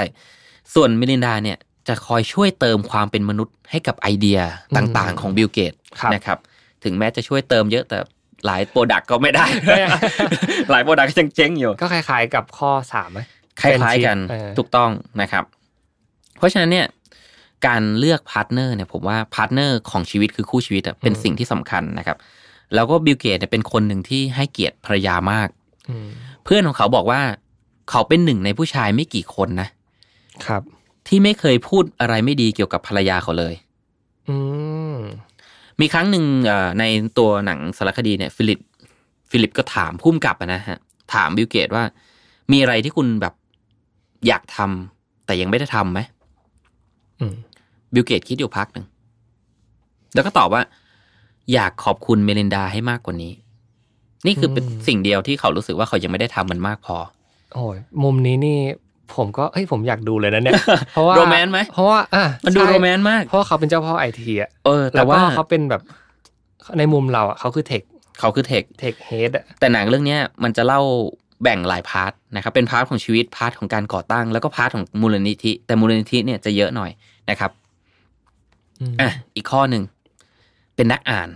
[SPEAKER 1] ส่วนเมลินดาเนี่ยจะคอยช่วยเติมความเป็นมนุษย์ให้กับไอเดียต่างๆ ของบิลเกต
[SPEAKER 2] ครับ
[SPEAKER 1] นะครับ ถึงแม้จะช่วยเติมเยอะแต่หลายโปรดักก็ไม่ ได้
[SPEAKER 2] ไม่
[SPEAKER 1] หลายโปรดักก็ยังเจ๊งอยู่
[SPEAKER 2] ก็คล้ายๆกับข้อสามไหม
[SPEAKER 1] คล้ายๆกัน
[SPEAKER 2] เป็นชิปเออ
[SPEAKER 1] ถูกต้องนะครับ เพราะฉะนั้นเนี่ยการเลือกพาร์ทเนอร์เนี่ยผมว่าพาร์ทเนอร์ของชีวิตคือคู่ชีวิตอะเป็นสิ่งที่สำคัญนะครับ แล้วก็บิลเกตเนี่ยเป็นคนหนึ่งที่ให้เกียรติภรรยามาก
[SPEAKER 2] อืม
[SPEAKER 1] เพื่อนของเขาบอกว่าเขาเป็นหนึ่งในผู้ชายไม่กี่คนนะ
[SPEAKER 2] ครับ
[SPEAKER 1] ที่ไม่เคยพูดอะไรไม่ดีเกี่ยวกับภรรยาเขาเลย
[SPEAKER 2] อืม
[SPEAKER 1] มีครั้งหนึ่งเอ่อในตัวหนังสารคดีเนี่ยฟิลิปฟิลิปก็ถามพุ่มกลับอะนะฮะถามบิลเกตว่า มีอะไรที่คุณแบบอยากทำแต่ยังไม่ได้ทำไหม
[SPEAKER 2] อืม
[SPEAKER 1] บิลเกตคิดอยู่พักหนึ่ง แล้วก็ตอบว่า อยากขอบคุณเมลินดาให้มากกว่านี้ นี่คือเป็นสิ่งเดียวที่เขารู้สึกว่าเขายังไม่ได้ทำมันมากพอ
[SPEAKER 2] โอ้ยมุมนี้นี่ผมก็เอ้ยผมอยากดูเลยนะ เนี่ย เพราะว่า
[SPEAKER 1] โรแมนต์ไหม
[SPEAKER 2] เพราะว่าอ่ะ
[SPEAKER 1] มันดู
[SPEAKER 2] ใช่
[SPEAKER 1] โรแมนต์มาก
[SPEAKER 2] เพราะว่าเขาเป็นเจ้าพ่อไอทีอ่ะ
[SPEAKER 1] เออ แต่
[SPEAKER 2] แล้ว
[SPEAKER 1] ว่า
[SPEAKER 2] ก็เขาเป็นแบบในมุมเราอ่ะเขาคือเทค
[SPEAKER 1] เขาคือเทค
[SPEAKER 2] เทคเฮดอ่ะ
[SPEAKER 1] แต่หนังเรื่องเนี้ยมันจะเล่าแบ่งหลายพาร์ทนะครับ เป็นพาร์ทของชีวิตพาร์ทของการก่อตั้ง แล้วก็พาร์ทของมูลนิธิ แต่มูลนิธิเนี่ยจะเยอะหน่อยนะครับ อ่ะอีกข้อหนึ่งเป็นนักอ่าน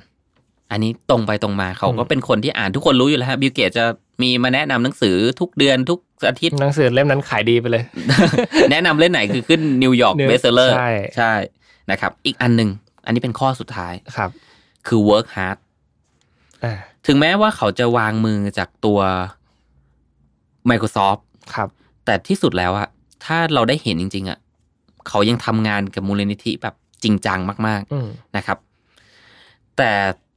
[SPEAKER 1] อันนี้ตรงไปตรงมาเขาก็เป็นคนที่อ่านทุกคนรู้อยู่แล้วฮะบิลเกตจะมีมาแนะนำหนังสือทุกเดือนทุกอาทิตย์
[SPEAKER 2] หนังสือเล่มนั้นขายดีไปเลย
[SPEAKER 1] แนะนำเล่นไหนคือขึ้นนิวยอร์ก
[SPEAKER 2] เนี่ย
[SPEAKER 1] เบสเซอร์
[SPEAKER 2] ใช่
[SPEAKER 1] ใช่นะครับ อีกอันหนึ่งอันนี้เป็นข้อสุดท้าย
[SPEAKER 2] ครับ
[SPEAKER 1] คือ work hard
[SPEAKER 2] อ่า
[SPEAKER 1] ถึงแม้ว่าเขาจะวางมือจากตัว Microsoft
[SPEAKER 2] ครับ
[SPEAKER 1] แต่ที่สุดแล้วอะถ้าเราได้เห็นจริง ๆอะเขายังทำงานกับมูลนิธิแบบจริงจังมาก
[SPEAKER 2] อืม
[SPEAKER 1] ๆนะครับ แต่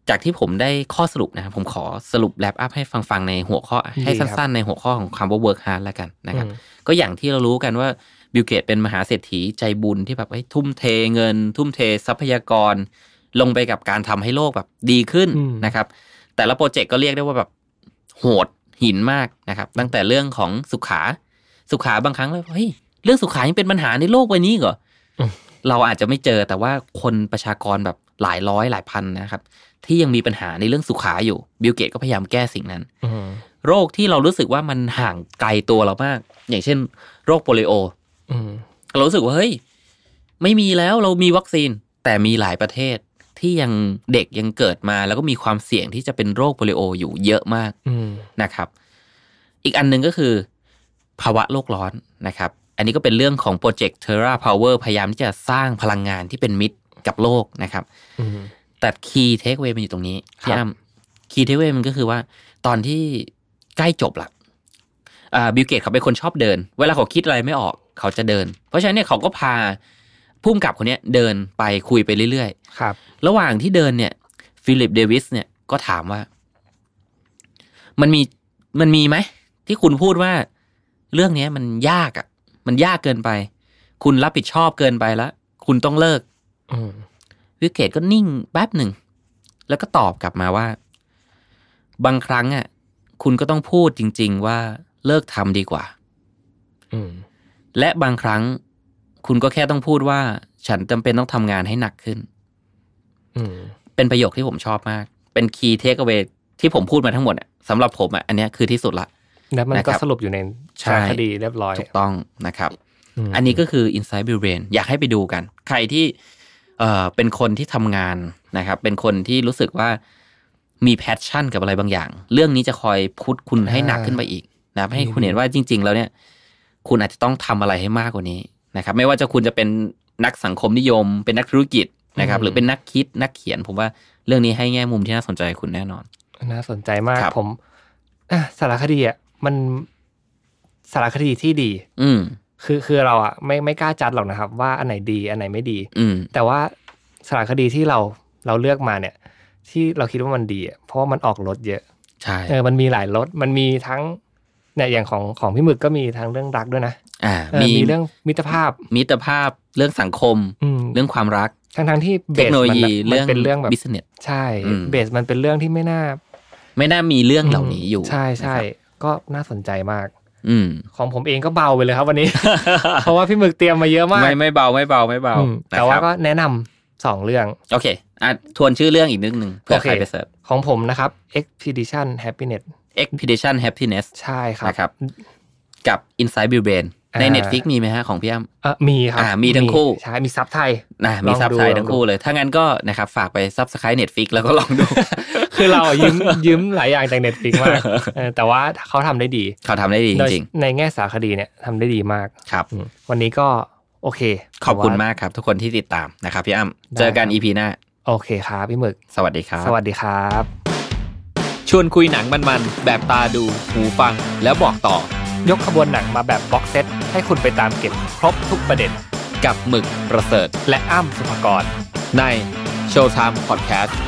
[SPEAKER 1] จากที่ผมได้ข้อสรุปนะครับผมขอสรุปแ a ปอัพให้ฟัง ๆ ในหัวข้อ ให้สั้น ๆ ในหัวข้อของคำว่า work hard แล้วกันนะครับ
[SPEAKER 2] อืม
[SPEAKER 1] ก็อย่างที่เรารู้กันว่าบิลเกตเป็นมหาเศรษฐีใจบุญที่แบบเอ้ยทุ่มเทเงิน ทุ่มเททรัพยากร ลงไปกับการทำให้โลกแบบดีขึ้นนะครับ แต่ละโปรเจกต์ก็เรียกได้ว่าแบบโหดหินมากนะครับ ตั้งแต่เรื่องของสุขาสุขาบางครั้งเลยเฮ้ยเรื่องสุขายังเป็นปัญหาในโลกใบนี้อีกเหรออเราอาจจะไม่เจอแต่ว่าคนประชากรแบบหลายร้อยหลายพันนะครับ ที่ยังมีปัญหาในเรื่องสุขาอยู่บิลเกตก็พยายามแก้สิ่งนั้น
[SPEAKER 2] อืม
[SPEAKER 1] โรคที่เรารู้สึกว่ามันห่างไกลตัวเรามาก อย่างเช่น โรคโปลิโอ
[SPEAKER 2] อืม
[SPEAKER 1] เรารู้สึกว่าเฮ้ยไม่มีแล้วเรามีวัคซีน แต่มีหลายประเทศที่ยังเด็กยังเกิดมา แล้วก็มีความเสี่ยงที่จะเป็นโรคโปลิโออยู่เยอะมาก
[SPEAKER 2] อืม
[SPEAKER 1] นะครับ อีกอันหนึ่งก็คือ ภาวะโลกร้อนนะครับ อันนี้ก็เป็นเรื่องของโปรเจกต์ Terra Power พยายามที่จะสร้างพลังงานที่เป็นมิตรกับโลกนะครับ
[SPEAKER 2] อืม
[SPEAKER 1] แต่คีย์เทคเว y มันอยู่ตรงนี้
[SPEAKER 2] ครับ
[SPEAKER 1] พี่อ้ํคีย์เทคเว y มันก็คือว่า ตอนที่ใกล้จบละอ่าบิลเกตเขาเป็นคนชอบเดิน เวลาเขาคิดอะไรไม่ออกเขาจะเดิน เพราะฉะนั้นเนี่ยเขาก็พาพุ่มกับคนเนี้ยเดินไปคุยไปเรื่อย
[SPEAKER 2] ครับ
[SPEAKER 1] ๆ ระหว่างที่เดินเนี่ยฟิลิปเดวิสเนี่ยก็ถามว่า มันมีมันมีไหม ที่คุณพูดว่า เรื่องเนี้ยมันยากอะ่ะ มันยากเกินไป คุณรับผิดชอบเกินไปแล้วคุณต้องเลิก
[SPEAKER 2] อืม
[SPEAKER 1] วิลเกตก็นิ่งแป๊บหนึ่ง แล้วก็ตอบกลับมาว่า บางครั้งอ่ะคุณก็ต้องพูดจริง ๆ ว่าเลิกทำดีกว่า
[SPEAKER 2] อืม
[SPEAKER 1] และบางครั้ง คุณก็แค่ต้องพูดว่า ฉันจำเป็นต้องทำงานให้หนักขึ้น
[SPEAKER 2] อืม
[SPEAKER 1] เป็นประโยคที่ผมชอบมาก เป็นคีย์เทคเวที่ผมพูดมาทั้งหมดอะสำหรับผมอ่ะอันเนี้ยคือที่สุดละ
[SPEAKER 2] แล้วมันก็
[SPEAKER 1] นะครับ
[SPEAKER 2] สรุปอยู่ใน
[SPEAKER 1] ใช่
[SPEAKER 2] สารคดีเรียบร้อย
[SPEAKER 1] ถูกต้องนะครับ
[SPEAKER 2] ม
[SPEAKER 1] อันนี้ก็คือ Inside b i l b r a i n อยากให้ไปดูกัน ใครที่เอ่อเป็นคนที่ทำงานนะครับ เป็นคนที่รู้สึกว่ามีแพชชั่นกับอะไรบางอย่าง เรื่องนี้จะคอยพุทคุณให้หนักขึ้นไปอีกนะครับให้คุณเห็นว่าจริง ๆ แล้วเนี่ย คุณอาจจะต้องทำอะไรให้มากกว่านี้นะครับ ไม่ว่าจะคุณจะเป็นนักสังคมนิยม เป็นนักธุรกิจนะครับ
[SPEAKER 2] อืม
[SPEAKER 1] หรือเป็นนักคิดนักเขียน ผมว่าเรื่องนี้ให้แง่มุมที่น่าสนใจคุณแน่นอน
[SPEAKER 2] น่าสนใจมาก
[SPEAKER 1] ครับ
[SPEAKER 2] ผมอ่ะสารคดีอ่ะมันสารคดีที่ดี
[SPEAKER 1] อืม
[SPEAKER 2] คือคือเราอ่ะไม่ไม่กล้าจัดหรอกนะครับ ว่าอันไหนดีอันไหนไม่ดี
[SPEAKER 1] อืม
[SPEAKER 2] แต่ว่าสารคดีที่เราเราเลือกมาเนี่ย ที่เราคิดว่ามันดีอ่ะเพราะว่ามันออกรถเยอะ
[SPEAKER 1] ใช่
[SPEAKER 2] เออมันมีหลายรถมันมีทั้งเนี่ยอย่างของของพี่หมึกก็มีทั้งเรื่องรักด้วยนะ
[SPEAKER 1] อ่า
[SPEAKER 2] เออ
[SPEAKER 1] มี
[SPEAKER 2] มีเรื่องมิตรภาพ
[SPEAKER 1] มิตรภาพเรื่องสังคม
[SPEAKER 2] อืม
[SPEAKER 1] เรื่องความรัก
[SPEAKER 2] ทั้งทั้งที่
[SPEAKER 1] เทคโนโลยี
[SPEAKER 2] ะ
[SPEAKER 1] เรื่อง
[SPEAKER 2] มันเป็นเรื่องแบบ
[SPEAKER 1] บิสเนส
[SPEAKER 2] ใช่
[SPEAKER 1] อืม
[SPEAKER 2] เบสมันเป็นเรื่องที่ไม่น่า
[SPEAKER 1] ไม่น่ามีเรื่องเหล่านี้อยู่
[SPEAKER 2] ใช่ใช่
[SPEAKER 1] นะครับ
[SPEAKER 2] ก็น่าสนใจมาก
[SPEAKER 1] อืม
[SPEAKER 2] ของผมเองก็เบาไปเลยครับวันนี้ เพราะว่าพี่หมึกเตรียมมาเยอะมาก
[SPEAKER 1] ไม่ไม่เบาไม่เบาไม่เบา
[SPEAKER 2] อืม
[SPEAKER 1] นะครับ
[SPEAKER 2] แต่ว่าก็แนะนำสองเรื่อง
[SPEAKER 1] โอเคอ่ะทวนชื่อเรื่องอีกนิดนึงเพื่อ
[SPEAKER 2] โอเค
[SPEAKER 1] ใครไปเสิร์ช
[SPEAKER 2] ของผมนะครับ Expedition Happiness
[SPEAKER 1] Expedition Happiness
[SPEAKER 2] ใช่ครับ
[SPEAKER 1] นะครับ กับ Inside Bill Brain ใน
[SPEAKER 2] อ่า
[SPEAKER 1] Netflix มีไหมฮะของพี่อ้ำ
[SPEAKER 2] เออมีครับ
[SPEAKER 1] อ่ามีทั้งคู่
[SPEAKER 2] ใช่มีซับไทย
[SPEAKER 1] นะมี
[SPEAKER 2] ลองดู
[SPEAKER 1] ซับไทยทั้ง
[SPEAKER 2] ลองดู
[SPEAKER 1] คู่เลย ถ้างั้นก็นะครับฝากไปซับสไครต์เน็ตฟิกแล้วก็ลองดู
[SPEAKER 2] คือเราอะยืมยืมหลายอย่างจากเน็ตฟิกมากเออแต่ว่าเขาทำได้ดี
[SPEAKER 1] เขาทำได้ดีจ
[SPEAKER 2] โดย
[SPEAKER 1] ริง
[SPEAKER 2] ในแง่สารคดีเนี่ยทำได้ดีมาก
[SPEAKER 1] ๆ ครับ
[SPEAKER 2] อืมวันนี้ก็โอเค
[SPEAKER 1] ขอบคุณ
[SPEAKER 2] แต่ว่
[SPEAKER 1] มากครับทุกคนที่ติดตามนะครับพี่อ้ำ
[SPEAKER 2] ได้
[SPEAKER 1] เจอกันอีพีหน้า
[SPEAKER 2] โอเคครับพี่หมึก
[SPEAKER 1] สวัสดีครับ
[SPEAKER 2] สวัสดีครับ
[SPEAKER 1] ชวนคุยหนังมันๆ แบบตาดู หูฟังแล้วบอกต่อย
[SPEAKER 2] กขบวนหนังมาแบบบ็อกเซตให้คุณไปตามเก็บครบทุกประเด็น
[SPEAKER 1] กับหมึกประเสริฐ
[SPEAKER 2] และอ้ำสุภกร
[SPEAKER 1] ในโชว์ไทม์พอดแคสต์